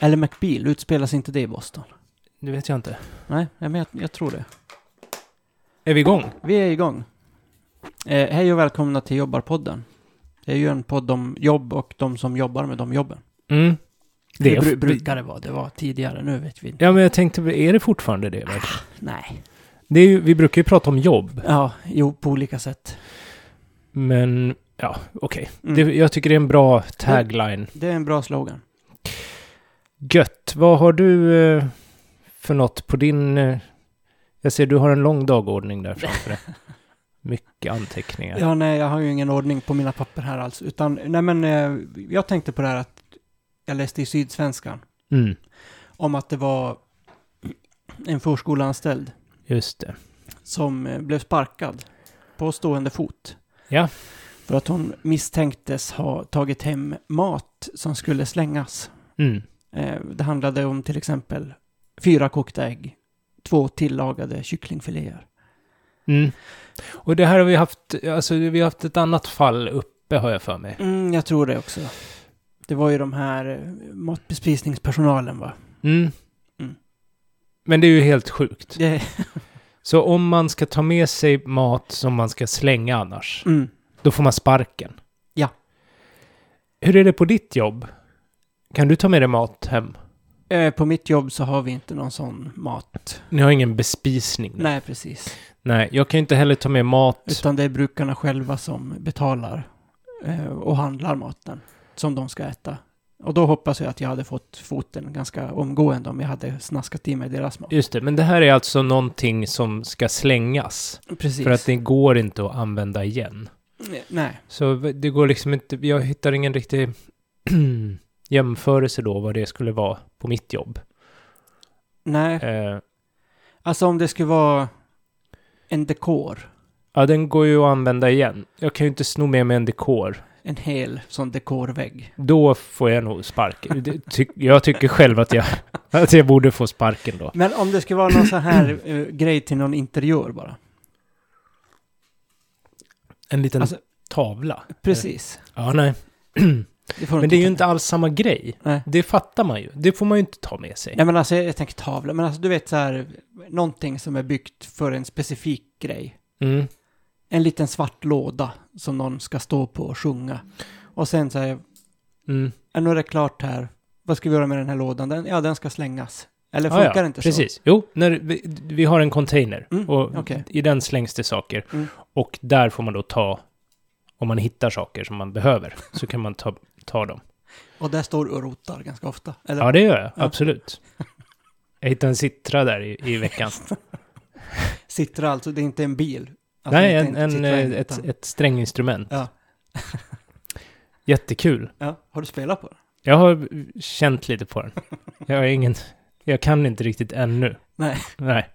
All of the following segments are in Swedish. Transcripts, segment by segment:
Eller McBeal, utspelas inte det i Boston? Nu vet jag inte. Nej, men jag, jag tror det. Är vi igång? Vi är igång. Eh, hej och välkomna till Jobbarpodden. Det är ju en podd om jobb och de som jobbar med de jobben. Mm. Det, Det är, bru- brukar det vara. Det var tidigare, nu vet vi inte. ja, men jag tänkte, är det fortfarande det? verkligen? Nej. det är ju, vi brukar ju prata om jobb, Ja, jo, på olika sätt. men ja, okej. Mm. Det- Jag tycker det är en bra tagline. Det är en bra slogan. Gött. Vad har du eh, för något på din... eh, Jag ser du har en lång dagordning där framför dig. Mycket anteckningar. Ja, nej, jag har ju ingen ordning på mina papper här alls. Utan, nej men, eh, jag tänkte på det här att jag läste i Sydsvenskan Mm, om att det var en förskoleanställd just det. som eh, blev sparkad på stående fot. Ja. För att hon misstänktes ha tagit hem mat som skulle slängas. Mm, Eh, Det handlade om till exempel fyra kokta ägg, två tillagade kycklingfiléer. mm. Och det här har vi haft, alltså vi har haft ett annat fall uppe har jag för mig. Mm, jag tror det också. Det var ju de här eh, matbespisningspersonalen va? Mm. Mm. Men det är ju helt sjukt. Det, Så om man ska ta med sig mat som man ska slänga annars, mm. då får man sparken? Ja. Hur är det på ditt jobb? Kan du ta med dig mat hem? Eh, På mitt jobb så har vi inte någon sån mat. Ni har ingen bespisning? där. Nej, precis. Nej, jag kan ju inte heller ta med mat. Utan det är brukarna själva som betalar eh, och handlar maten som de ska äta. Och då hoppas jag att jag hade fått foten ganska omgående om jag hade snaskat i mig deras mat. Just det, men det här är alltså någonting som ska slängas. Precis. För att det går inte att använda igen. Nej. Så v- det går liksom inte, jag hittar ingen riktig jämförelse då vad det skulle vara på mitt jobb. Nej. Eh, Alltså om det skulle vara en dekor. ja, den går ju att använda igen. Jag kan ju inte sno med mig en dekor. En hel sån dekorvägg. Då får jag nog sparken. Det tyck- jag tycker själv att jag, att jag borde få sparken då. Men om det skulle vara någon sån här eh, grej till någon interiör bara. En liten Alltså- tavla. Precis. Ja, nej. Det får du Men det är ju ta inte alls samma grej. Nej. Det fattar man ju. Det får man ju inte ta med sig. Nej men alltså jag, jag tänker tavla, men alltså du vet så här, någonting som är byggt för en specifik grej. Mm. En liten svart låda som någon ska stå på och sjunga. Och sen så här, Mm. ja, nu är det klart här, vad ska vi göra med den här lådan? Den, ja, den ska slängas. Eller Ja, funkar ja, det inte så? Precis. Jo, när vi, vi har en container Mm, och okej. i den slängs det saker. Mm. Och där får man då ta, om man hittar saker som man behöver, så kan man ta, ta dem. Och där står du och rotar ganska ofta. Eller? Ja, det gör jag. Ja. Absolut. Jag hittade en sittra där i, i veckan. Sitter alltså, det är inte en bil. Alltså, Nej, det är en, inte en, Citroën, eh, ett, utan- ett stränginstrument. Ja. Jättekul. ja. Har du spelat på den? Jag har känt lite på den. Jag, är ingen, jag kan inte riktigt ännu. Nej. Nej.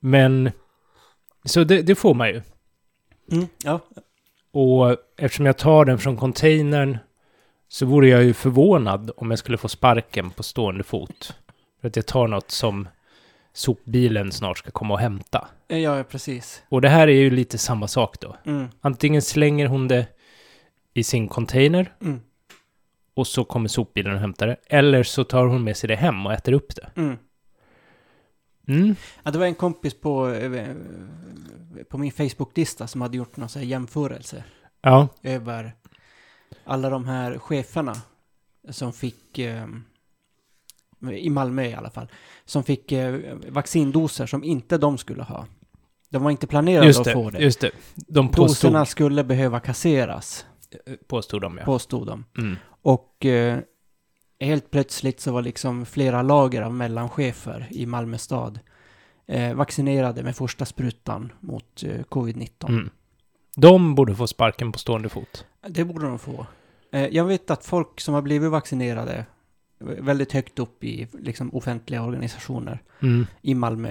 Men, så det, det får man ju. Mm. Ja. Och eftersom jag tar den från containern så vore jag ju förvånad om jag skulle få sparken på stående fot. För att jag tar något som sopbilen snart ska komma och hämta. Eh, Ja, ja, precis. Och det här är ju lite samma sak då. Mm. Antingen slänger hon det i sin container Mm. och så kommer sopbilen och hämtar det. Eller så tar hon med sig det hem och äter upp det. Mm. Mm. Ja, det var en kompis på, eh, på min Facebook-lista som hade gjort någon så här jämförelse Ja. över alla de här cheferna som fick, eh, i Malmö i alla fall, som fick eh, vaccindoser som inte de skulle ha. De var inte planerade Just att få det, det. just det. De påstod, Doserna skulle behöva kasseras, påstod de ja. påstod de. Mm. Och eh, helt plötsligt så var liksom flera lager av mellanchefer i Malmö stad eh, vaccinerade med första sprutan mot eh, covid-19. Mm. De borde få sparken på stående fot. Det borde de få. Eh, jag vet att folk som har blivit vaccinerade vä- väldigt högt upp i liksom, offentliga organisationer Mm. i Malmö,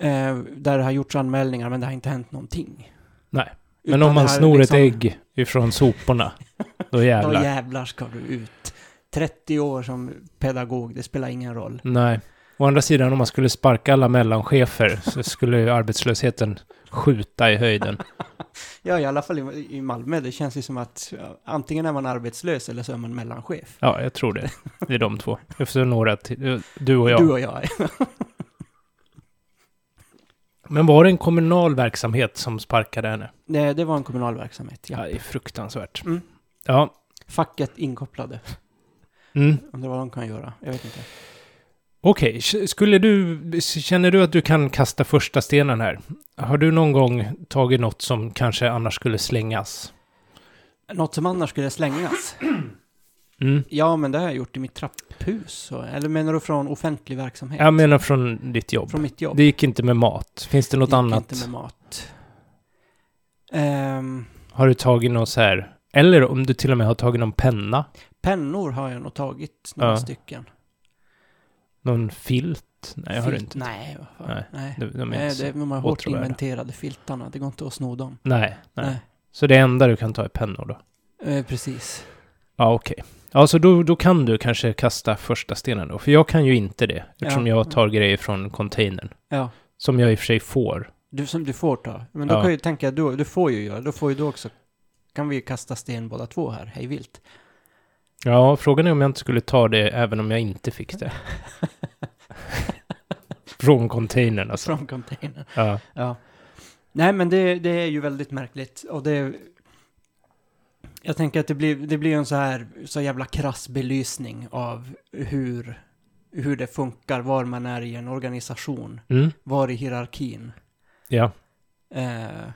eh, där det har gjorts anmälningar men det har inte hänt någonting. Nej. Utan Men om man det här snor liksom- ett ägg ifrån soporna, då Då jävlar. jävlar ska du ut. 30 år som pedagog, det spelar ingen roll. Nej. Å andra sidan, om man skulle sparka alla mellanchefer så skulle ju arbetslösheten skjuta i höjden. Ja, i alla fall i, i Malmö. Det känns ju som att ja, antingen är man arbetslös eller så är man mellanchef. Ja, jag tror det. Det är de två. Efter några till. Du och jag. Du och jag. Men var det en kommunal verksamhet som sparkade henne? Nej, det var en kommunal verksamhet. Ja, Ja. det är fruktansvärt. Mm. Ja. Facket inkopplade. Mm. Undrar vad de kan göra. Jag vet inte. Okej, k- skulle du, känner du att du kan kasta första stenen här? Har du någon gång tagit något som kanske annars skulle slängas? Något som annars skulle slängas? Mm. Ja, men det har jag gjort i mitt trapphus. så- Eller menar du från offentlig verksamhet? Jag menar från ditt jobb. Från mitt jobb? Det gick inte med mat. Finns det något Gick annat? inte med mat. Ehm, Har du tagit någon så här? Eller om du till och med har tagit någon penna, pennor har jag nog tagit några Ja. stycken. någon filt? Nej, jag har du Filt- inte. Nej, vad fan. Nej, Nej. De, de är Nej, inte så- det är de här hårt åtråvärda. inventerade filtarna. Det går inte att sno dem. nej, nej. Nej. Så det enda du kan ta är pennor då? Eh, precis. Ja, okej. Ja, så då, då kan du kanske kasta första stenen då. För jag kan ju inte det, eftersom Ja. jag tar grejer från containern. Ja. Som jag i och för sig får. Du, som du får ta. Men då Ja. kan jag ju tänka, du, du får ju göra, då får ju du också. Kan vi ju kasta sten båda två här, hej vilt. Ja, frågan är om jag inte skulle ta det även om jag inte fick det. från containern alltså. Från containern. Ja. Ja. Nej, men det, det är ju väldigt märkligt. Och det... Jag tänker att det blir, det blir ju en så här så jävla krass belysning av hur, hur det funkar, var man är i en organisation, Mm, var i hierarkin. ja. Eh,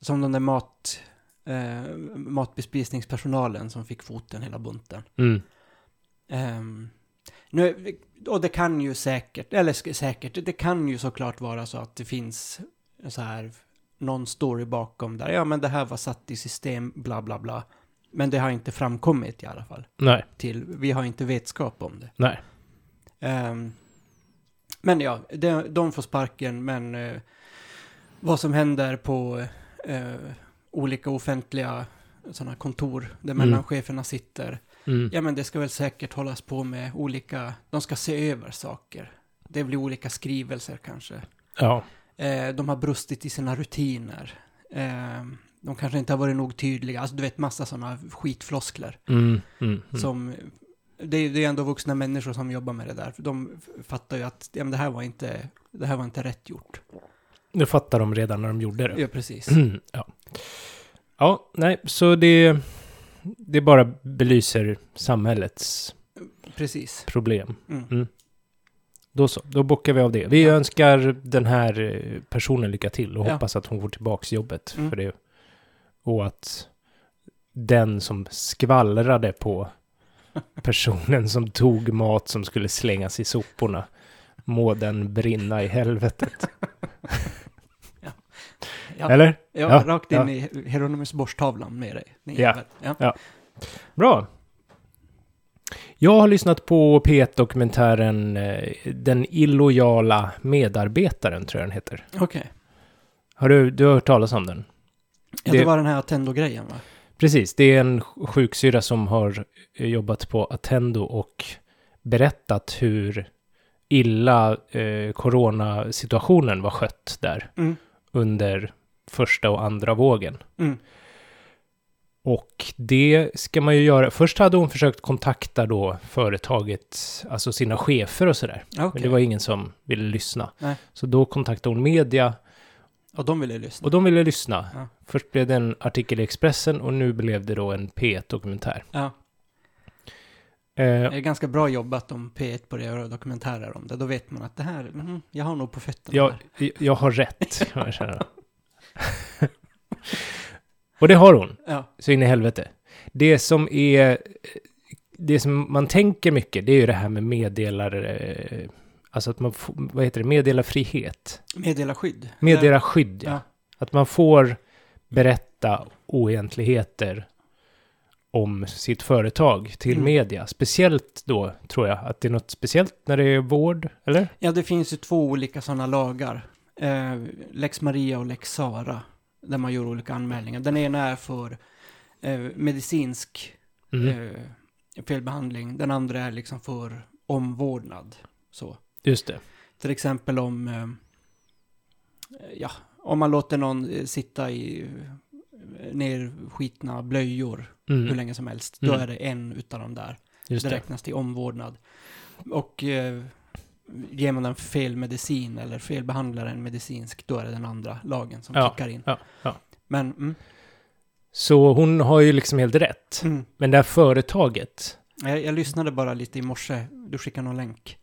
som den där mat, eh, matbespisningspersonalen som fick foten hela bunten. Mm. Ehm, nu, och det kan ju säkert, eller sk- säkert, det kan ju såklart vara så att det finns så här någon story bakom där, ja men det här var satt i system, bla bla bla. Men det har inte framkommit i alla fall, Nej, till, vi har inte vetskap om det. nej. Ehm, men ja, de, de får sparken, men eh, vad som händer på eh, olika offentliga sådana kontor där Mm. mellancheferna sitter, Mm. Ja, men det ska väl säkert hållas på med olika, de ska se över saker. Det blir olika skrivelser kanske. Ja. Eh, de har brustit i sina rutiner. Eh, de kanske inte har varit nog tydliga. Alltså, du vet, massa sådana skitfloskler. Mm, mm, mm. Som, det, är- det är ändå vuxna människor som jobbar med det där. För de f- fattar ju att ja, men det, här var inte, det här var inte rätt gjort. Det fattar de redan när de gjorde det. Ja, precis. Mm, ja. ja, nej, så det, det bara belyser samhällets precis. problem. Mm. Då så, då bockar vi av det. Vi önskar den här eh, personen lycka till och Ja. hoppas att hon får tillbaks jobbet Mm. för det. Och att den som skvallrade på personen som tog mat som skulle slängas i soporna, må den brinna i helvetet. Ja. Eller? Ja, Ja, rakt in ja. i Hieronymus Bosch-tavlan med dig. Ni Ja. jävel. ja. Bra. Jag har lyssnat på P1-dokumentären eh, Den illojala medarbetaren, tror jag den heter. Okej. Har du, du har hört talas om den? Ja, Det- det var den här Attendo-grejen, va? Precis, det är en sj- sjuksyra som har eh, jobbat på Attendo och berättat hur illa eh, coronasituationen var skött där Mm. under första och andra vågen. Mm. Och det ska man ju göra. Först hade hon försökt kontakta då företaget, alltså sina chefer och sådär. Men Okej. det var ingen som ville lyssna. Nej. Så då kontaktade hon media Och de ville ju lyssna. och de ville lyssna. Ja. Först blev det en artikel i Expressen och nu blev det då en P1-dokumentär. Ja, Eh, det är ganska bra jobbat om P1 börjar göra dokumentärer om det. Då vet man att det här, mhm, jag har nog på fötterna jag, här. jag har rätt, kan jag känna. och det har hon. Ja, så in i helvete. Det som är... Det som man tänker mycket, det är ju det här med meddelare... Alltså att man får, vad heter det, meddelarfrihet. meddelarskydd. Meddelarskydd, ja. Ja. Att man får berätta oegentligheter om sitt företag till Mm. media. Speciellt då, tror jag, att det är något speciellt när det är vård, eller? Ja, det finns ju två olika sådana lagar. Eh, Lex Maria och Lex Sara. Där man gör olika anmälningar. Den ena är för eh, medicinsk Mm. eh, felbehandling. Den andra är liksom för omvårdnad. Så. Just det. Till exempel om, eh, ja, om man låter någon eh, sitta i eh, nerskitna blöjor hur Mm. länge som helst, då Mm. är det en utav de där. Just det det. räknas till omvårdnad. Och eh, ger man den fel medicin eller felbehandlar en medicinsk, då är det den andra lagen som Ja, kickar in. Ja, ja. Men, mm, Så hon har ju liksom helt rätt. mm, Men det här företaget. jag, jag lyssnade bara lite i morse, du skickade någon länk.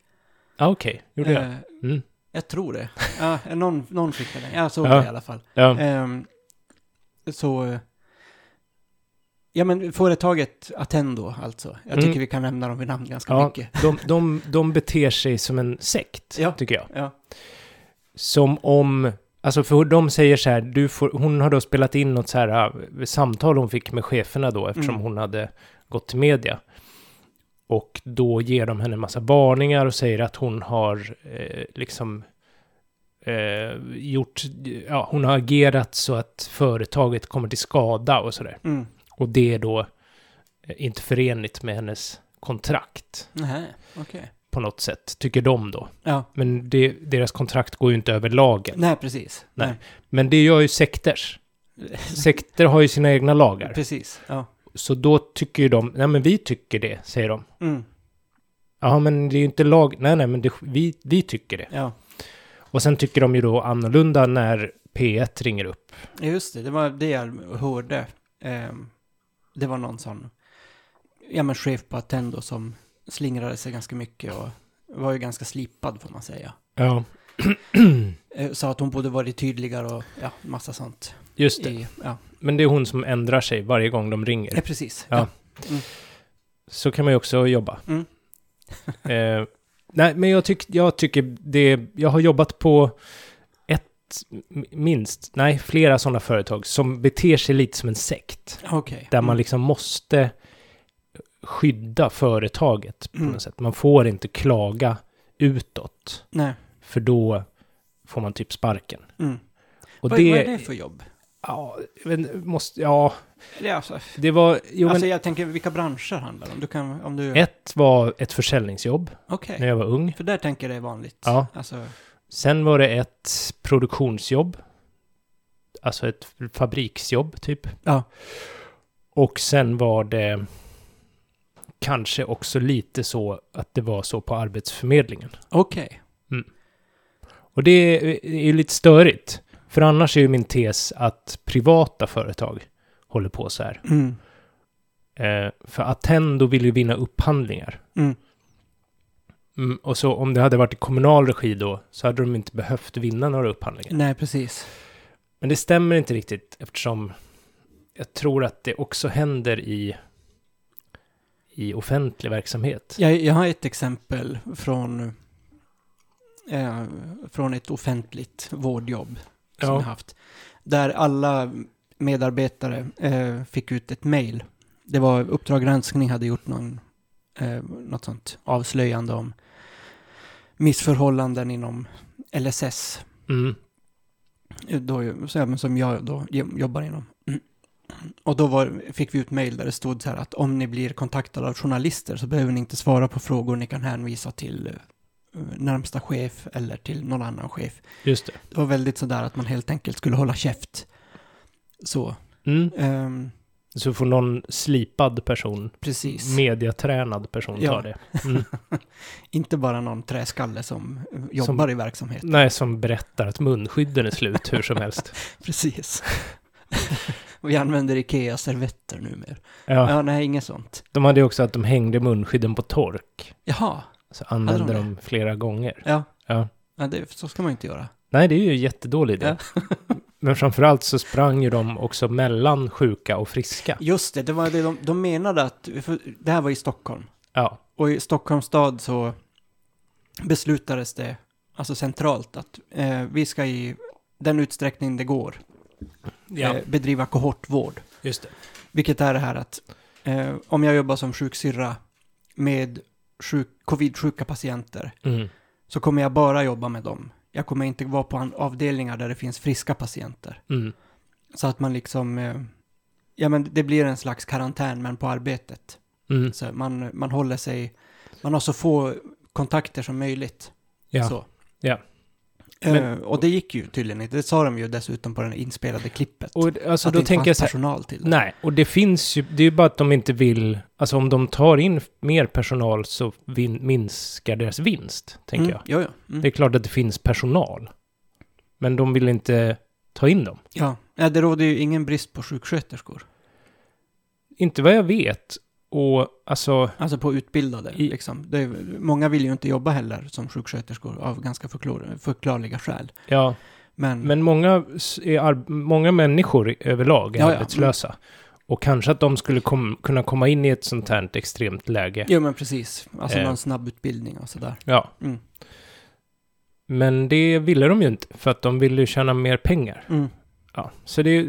Ja, ah, okej. Gjorde jag. Eh, Mm. jag tror det. Ja, någon, någon skickade den, jag såg Ja. det i alla fall. Ja. Ehm, så... eh, Ja men företaget Attendo alltså. Jag tycker Mm. vi kan nämna dem vid namn ganska Ja. mycket. De, de, de beter sig som en sekt, Ja. tycker jag. Ja. Som om... Alltså för de säger så här, du får, hon har då spelat in något så här äh, samtal hon fick med cheferna då, eftersom Mm. hon hade gått till media. Och då ger de henne en massa varningar och säger att hon har eh, liksom eh, gjort, ja, hon har agerat så att företaget kommer till skada och sådär. Mm. Och det är då eh, inte förenligt med hennes kontrakt Nähä, okej. på något sätt, tycker de då. Ja. Men det, deras kontrakt går ju inte över lagen. Nej precis. Nej. Men det gör ju sekters. Sekter har ju sina egna lagar. Precis. Ja. Så då tycker ju de, nej men vi tycker det, säger de. Mm. Ja men det är ju inte lag, nej nej men det, vi, vi tycker det. Ja. Och sen tycker de ju då annorlunda när P1 ringer upp. Ja, Just det, det var det jag hörde. Ehm, det var någon sån, ja men chef på Attendo som slingrade sig ganska mycket och var ju ganska slipad får man säga. Ja, Eh, sa att hon borde varit tydligare och ja, massa sånt. just det. I, ja. Men det är hon som ändrar sig varje gång de ringer. ja, precis. Ja. Ja. Så kan man ju också jobba. Mm. eh, nej, men jag, tyck, jag tycker det... Jag har jobbat på ett, m- minst, nej, flera sådana företag som beter sig lite som en sekt. Okej. Där man Mm. liksom måste skydda företaget på något Mm. sätt. Man får inte klaga utåt, Nej. för då får man typ sparken. Mm. Och vad, det... vad är det för jobb? Ja, men, måste, ja, Eller alltså, det var... Jo, alltså men jag tänker vilka branscher handlar det om? Du kan, om du... ett var ett försäljningsjobb Okej. när jag var ung. För där tänker jag det är vanligt. Ja. Alltså, Sen var det ett produktionsjobb. Alltså ett fabriksjobb typ. Ja. Och sen var det kanske också lite så att det var så på Arbetsförmedlingen. okej. Och det är är ju lite störigt. För annars är ju min tes att privata företag håller på så här. Mm. Eh, för Attendo vill ju vinna upphandlingar. Mm. Mm, och så om det hade varit i kommunal regi då så hade de inte behövt vinna några upphandlingar. Nej, precis. Men det stämmer inte riktigt eftersom jag tror att det också händer i, i offentlig verksamhet. Jag, jag har ett exempel från, eh, från ett offentligt vårdjobb som Ja. jag haft. Där alla medarbetare eh, fick ut ett mejl. Det var Uppdrag granskning hade gjort någon, eh, något sånt avslöjande om missförhållanden inom LSS. Mm. Eh, Då, ju- så, ja, men som jag då jo- jobbar inom. Mm. Och då var, fick vi ut mejl där det stod så här att om ni blir kontaktade av journalister så behöver ni inte svara på frågor, ni kan hänvisa till eh, närmsta chef eller till någon annan chef. Just det. Det var väldigt sådär att man helt enkelt skulle hålla käft. Så, Mm. ehm, Så får någon slipad person, precis. mediatränad person Ja. ta det. Mm. Inte bara någon träskalle som eh, jobbar i verksamhet. Nej, som berättar att munskydden är slut hur som helst. Precis. Vi använder Ikea-servetter numera. Ja, Ja, nej, inget sånt. De hade ju också att de hängde munskydden på tork. Jaha, Så använde Hade de de flera gånger. ja. Ja. ja det, så ska man ju inte göra. Nej, det är ju jättedålig idé. Men framförallt så sprang ju de också mellan sjuka och friska. Just det, det var det de, de menade att, för det här var i Stockholm. Ja, Och i Stockholms stad så beslutades det, alltså centralt, att eh, vi ska i den utsträckning det går ja eh, bedriva kohortvård. just det. Vilket är det här att eh, om jag jobbar som sjuksyrra med sjuk, covid-sjuka patienter Mm. så kommer jag bara jobba med dem. Jag kommer inte vara på an- avdelningar där det finns friska patienter. Mm. Så att man liksom, eh, ja men det blir en slags karantän men på arbetet. Mm. Så man, man håller sig, man har så få kontakter som möjligt. Ja. Så. Ja. Eh, Men- och det gick ju tydligen inte. Det sa de ju dessutom på det inspelade klippet. Och alltså att då det inte tänker fanns jag så här, personal till det. nej, och det finns ju, det är ju bara att de inte vill, alltså om de tar in mer personal så vin, minskar deras vinst, tänker mm, jag. Jo, jo. Mm. Det är klart att det finns personal, men de vill inte ta in dem. Ja. ja, det råder ju ingen brist på sjuksköterskor. Inte vad jag vet, och alltså, Alltså på utbildade, I- liksom. Det är, många vill ju inte jobba heller som sjuksköterskor av ganska förklar, förklarliga skäl. ja, Men, Men många, s- är ar- många människor i- överlag är Ja, ja. arbetslösa. Och kanske att de skulle kom, kunna komma in i ett sånt här extremt läge. jo men precis. Alltså Eh. någon snabb utbildning och sådär. Ja. Mm. Men det ville de ju inte, för att de ville ju tjäna mer pengar. Mm. Ja. Så det,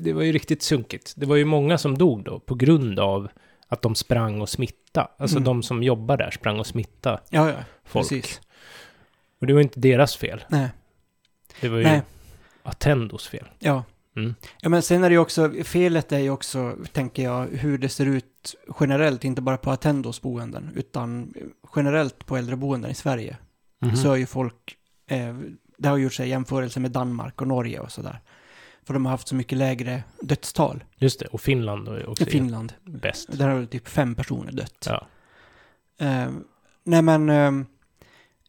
det var ju riktigt sunkigt. Det var ju många som dog då, på grund av att de sprang och smitta. Alltså Mm. de som jobbar där sprang och smitta Ja, ja. folk. Precis. Och det var ju inte deras fel. Nej. Det var ju Nej. Attendos fel. Ja. Mm. ja, men sen är det ju också, felet är ju också, tänker jag, hur det ser ut generellt, inte bara på Attendos boenden, utan generellt på äldreboenden i Sverige, Mhm. så är ju folk, eh, det har gjorts jämförelse med Danmark och Norge och sådär. För de har haft så mycket lägre dödstal Just det, och Finland var ju också i Finland. bäst. Där har väl typ fem personer dött. Ja. Eh, nej men, eh,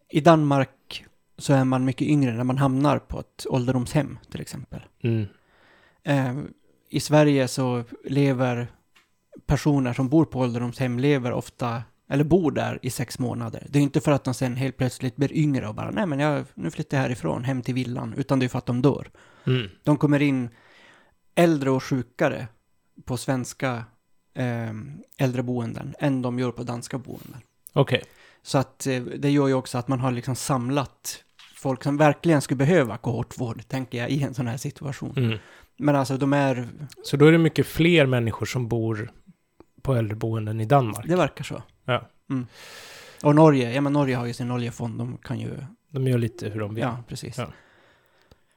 i Danmark så är man mycket yngre när man hamnar på ett ålderdomshem till exempel. Mm. Eh, I Sverige så lever personer som bor på ålderdomshem lever ofta, eller bor där i sex månader. Det är inte för att de sen helt plötsligt blir yngre och bara, nej men jag, nu flyttar jag härifrån, hem till villan, utan det är för att de dör. Mm. De kommer in äldre och sjukare på svenska eh, äldreboenden än de gör på danska boenden. Okej. Så att eh, det gör ju också att man har liksom samlat folk som verkligen skulle behöva kohortvård, tänker jag, i en sån här situation. Mm. Men alltså de är, Så då är det mycket fler människor som bor på äldreboenden i Danmark. det verkar så. Ja. Mm. Och Norge, ja men Norge har ju sin oljefond, de kan ju, De gör lite hur de vill. ja precis. Ja.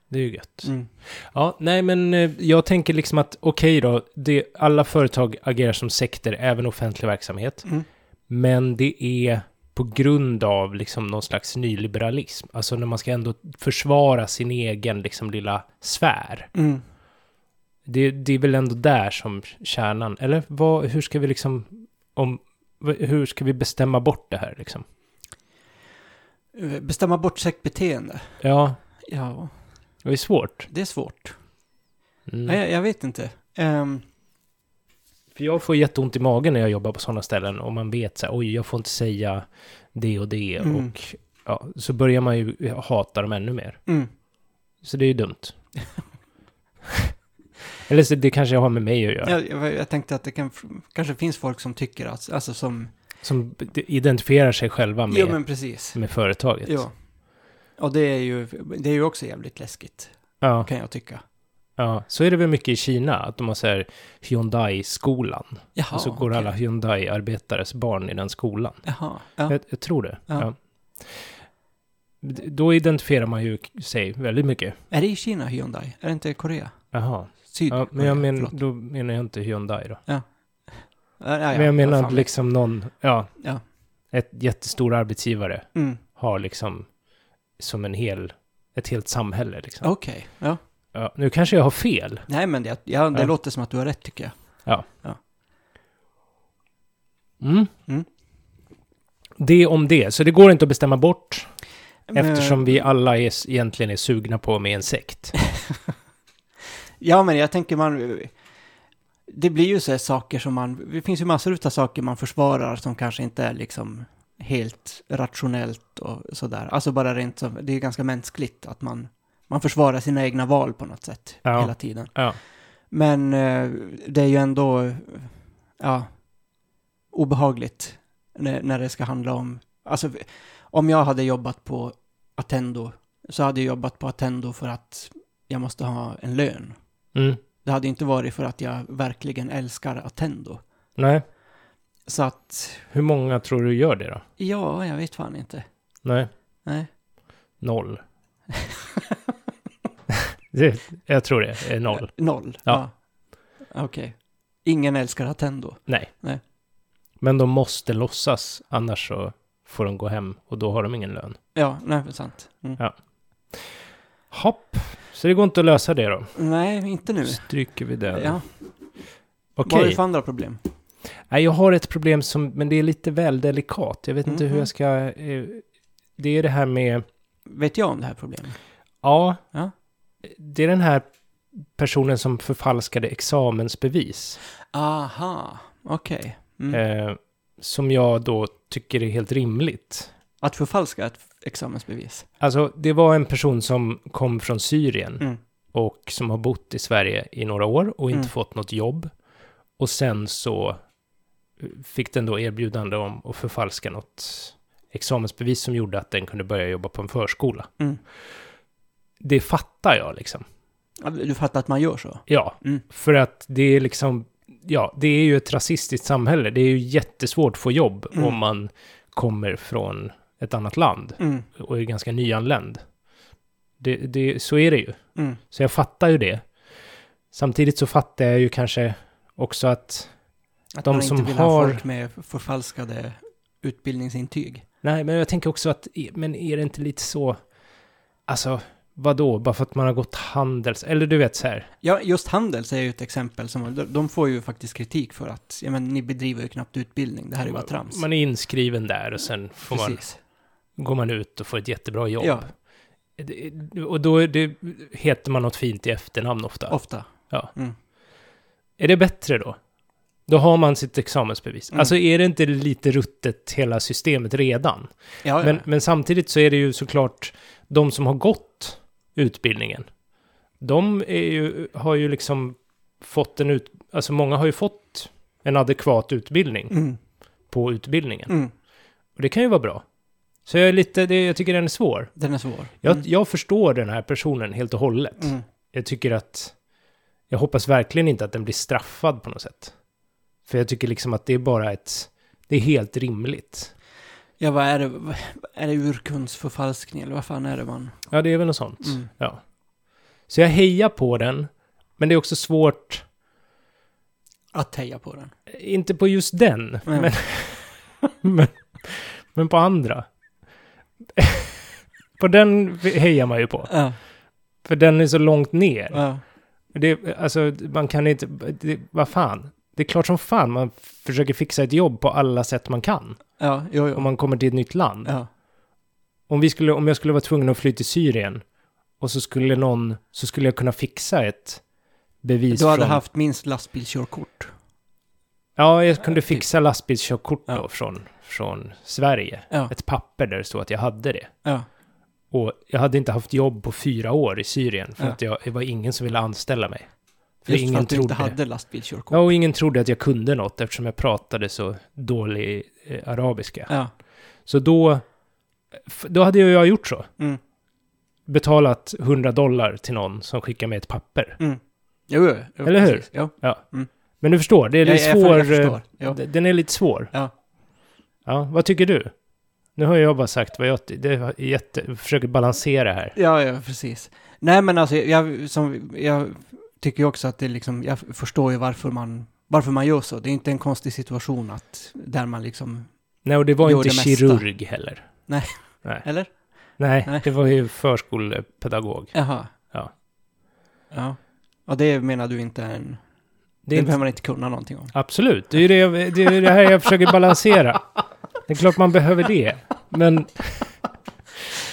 Det är ju gött. Mm. Ja, nej men eh, jag tänker liksom att okej då, det, alla företag agerar som sekter, även offentlig verksamhet. Mm. Men det är på grund av liksom någon slags nyliberalism. Alltså när man ska ändå försvara sin egen liksom lilla sfär. Mm. Det, det är väl ändå där som kärnan, eller vad, hur ska vi liksom, om, hur ska vi bestämma bort det här liksom? Eh, Bestämma bort sektbeteende, Ja, ja, det är svårt. det är svårt. Mm. Nej, jag, jag vet inte. Ehm, För jag får jätteont i magen när jag jobbar på sådana ställen och man vet så här, oj, jag får inte säga det och det Mm. och ja, så börjar man ju hata dem ännu mer. mm. Så det är ju dumt. Eller så det kanske har med mig att göra. jag, jag, jag tänkte att det kan, kanske finns folk som tycker att, alltså som, Som identifierar sig själva med, ja men precis. med företaget. Ja. Och det är ju, det är ju också jävligt läskigt, Ja, kan jag tycka. ja, så är det väl mycket i Kina, att de har så här Hyundai-skolan. Jaha, och så går okej. alla Hyundai-arbetares barn i den skolan. Jaha, ja. Jag, jag tror det. Ja. Ja. D- Då identifierar man ju k- sig väldigt mycket. Är det i Kina Hyundai? Är det inte i Korea? Jaha. Sydkorea? Ja, men jag men, förlåt. då menar jag inte Hyundai då. Ja, ja, ja, men jag menar vad att fan. liksom någon, ja, Ja. ett jättestor arbetsgivare Mm. har liksom som en hel, ett helt samhälle liksom. Okej, ja. Ja, nu kanske jag har fel. Nej, men det, ja, det Ja. låter som att du har rätt tycker jag. Mm. Mm. Det om det, så det går inte att bestämma bort eftersom Men- vi alla är, s- egentligen är sugna på med en sekt. Ja, men jag tänker man... Det blir ju så här saker som man... Det finns ju massor av saker man försvarar som kanske inte är liksom helt rationellt och sådär. Alltså bara rent som... Det är ju ganska mänskligt att man... Man försvarar sina egna val på något sätt Ja. hela tiden. Ja. Men eh, det är ju ändå... eh, Ja. Obehagligt när, när det ska handla om... Alltså, om jag hade jobbat på Attendo så hade jag jobbat på Attendo för att jag måste ha en lön. Mm. Det hade inte varit för att jag verkligen älskar Attendo. Nej, Så att, hur många tror du gör det då? ja, jag vet fan inte. Nej, Nej. noll. det, jag tror det är noll. Eh, Noll? Ja. Ja. Okej. Ingen älskar Attendo. Nej. Nej. Men de måste låtsas, annars så får de gå hem och då har de ingen lön. Ja, nej, det är sant. Mm. Ja. Hopp, så det går inte att lösa det då. Nej, inte nu. Stryker vi det. Ja. Vad har Okej, vi för andra problem? Nej, jag har ett problem som, men det är lite väl delikat. Jag vet inte Mhm. hur jag ska... eh, Det är det här med, Vet jag om det här problemet? ja, Ja. det är den här personen som förfalskade examensbevis. Aha, okej. Mm. Eh, som jag då tycker är helt rimligt. Att förfalska ett examensbevis. Alltså, det var en person som kom från Syrien Mm. och som har bott i Sverige i några år och inte Mm. fått något jobb. Och sen så eh, fick den då erbjudande om att förfalska något examensbevis som gjorde att den kunde börja jobba på en förskola. Mm. Det fattar jag liksom. Ja, Du fattar att man gör så? Ja, Mm. för att det är liksom, ja, det är ju ett rasistiskt samhälle. Det är ju jättesvårt att få jobb Mm. om man kommer från ett annat land Mm. och är ganska nyanländ. Det, det, så är det ju. Mm. Så jag fattar ju det. Samtidigt så fattar jag ju kanske också att, Att De man som inte vill har- ha folk med förfalskade utbildningsintyg. nej, men jag tänker också att, e- men är det inte lite så, alltså, vadå, bara för att man har gått handels, eller du vet så här, Ja, just Handels är ju ett exempel som, de- de får ju faktiskt kritik för att, ja men ni bedriver ju knappt utbildning, det här är ju bara trams. man är inskriven där och sen får man, Precis. går man ut och får ett jättebra jobb. Ja, Det- Och då är det, heter man något fint i efternamn ofta. ofta. Mm. Är det bättre då? Då har man sitt examensbevis. Mm. Alltså är det inte lite ruttet hela systemet redan? Ja, Men, ja. men samtidigt så är det ju såklart de som har gått utbildningen. De är ju, har ju liksom fått en ut... Alltså många har ju fått en adekvat utbildning Mm. på utbildningen. Mm. Och det kan ju vara bra. Så jag, är lite, det, jag tycker den är svår. Den är svår. Jag, Mm. jag förstår den här personen helt och hållet. Mm. Jag tycker att... Jag hoppas verkligen inte att den blir straffad på något sätt. För jag tycker liksom att det är bara ett... Det är helt rimligt. Ja, vad är det? Vad- Är det urkundsförfalskning eller vad fan är det man... Ja, det är väl något sånt. Mm. Ja. Så jag hejar på den, men det är också svårt, Att heja på den. inte på just den, Nej. men, men, men på andra. på den hejar man ju på, Ja, för den är så långt ner. ja. Det, alltså, man kan inte, det, vad fan. Det är klart som fan man försöker fixa ett jobb på alla sätt man kan. Ja, jo, Om jo. man kommer till ett nytt land. Ja. Om, vi skulle, om jag skulle vara tvungen att fly till Syrien och så skulle någon, så skulle jag kunna fixa ett bevis Du hade från... haft minst lastbilskörkort. Ja, jag kunde Ja, typ. fixa lastbilskörkort då Ja. från, från Sverige. Ja, Ett papper där det stod att jag hade det. ja. Och jag hade inte haft jobb på fyra år i Syrien för Ja. att jag, det var ingen som ville anställa mig. För Just för ingen att du trodde. inte hade lastbilskörkort. Ja, och ingen trodde att jag kunde något eftersom jag pratade så dålig eh, arabiska. Ja. Så då, f- då hade ju jag gjort så. Mm. Betalat 100 dollar till någon som skickade mig ett papper. Mm. Jo, jo, jo. Eller hur? precis. Jo. Men du förstår, det är Jag, jag, lite jag, svår... jag eh, förstår. Jo. D- Den är lite svår. Ja. Ja, vad tycker du? Nu har jag bara sagt vad jag... ty- Det är jätte, jag försöker balansera här. Ja, ja, precis. Nej, men alltså, jag, som, jag tycker ju också att det liksom, jag förstår ju varför man, varför man gör så. Det är inte en konstig situation att, där man liksom, Nej, och det var Jo, inte det mesta. kirurg heller. eller? Nej, Nej. det var ju förskolepedagog. Jaha. Ja. Ja. Och det menar du inte är en, Det det, är behöver inte, man inte kunna någonting om. absolut, det är ju det, jag- det, är ju det här jag försöker balansera. Det är klart man behöver det. Men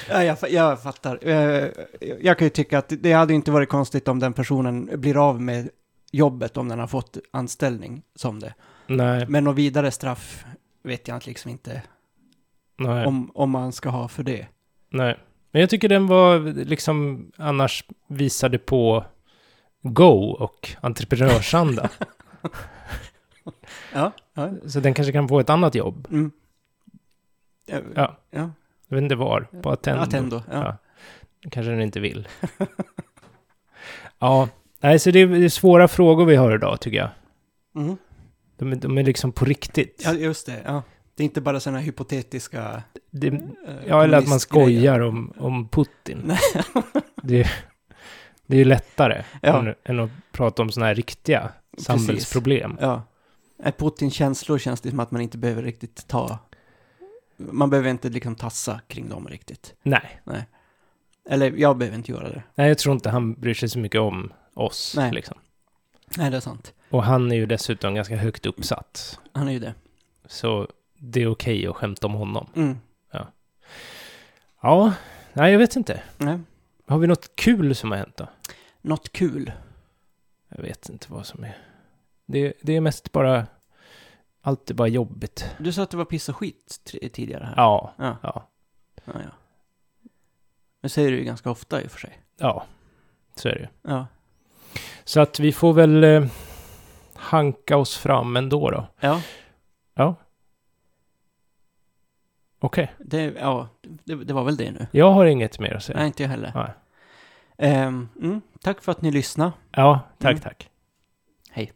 Ja, jag, fa- jag fattar. Eh, Jag kan ju tycka att det hade ju inte varit konstigt om den personen blir av med jobbet om den har fått anställning som det. nej, Men något vidare straff vet jag liksom inte nej, om, om man ska ha för det. nej. Men jag tycker den var liksom annars visade på go och entreprenörsanda. Ja. ja. Så den kanske kan få ett annat jobb. Mm. Ja. Ja. ja. Jag vet inte var. På Attendo. Attendo. Ja. Ja. Kanske den inte vill. ja. Nej, så det är, det är svåra frågor vi har idag tycker jag. Mm. De, är- de är liksom på riktigt. ja, just det. Ja. Det är inte bara sådana här hypotetiska... det, eh, ja eller att man kommunistgrejer. skojar om, om Putin. Nej. det, är- det är ju lättare Ja. än, än att prata om sådana här riktiga Precis. samhällsproblem. Ja. Är Putin känslor känns det som att man inte behöver riktigt ta man behöver inte liksom tassa kring dem riktigt. Nej. Eller jag behöver inte göra det. Nej, jag tror inte han bryr sig så mycket om oss. Nej. Liksom. Nej, det är sant. Och han är ju dessutom ganska högt uppsatt. Han är ju det. Så det är okej att skämta om honom. Mm. Ja, nej jag vet inte. Nej. Har vi något kul som har hänt då? Något kul. Jag vet inte vad som är. Det, det är mest bara... Allt är bara jobbigt. Du sa att det var piss och skit tri- tidigare här. Ja, Ja, ja, ja, ja. Det säger du ju ganska ofta i och för sig. ja. Så är det ju. Ja. Så att vi får väl eh, hanka oss fram ändå då. Ja, Okej. det, ja det, det var väl det nu. Jag har inget mer att säga. Nej, inte jag heller. Nej. Ehm, mm, tack Mm. för att ni lyssnade. Ja, tack, Mm. tack. Hej.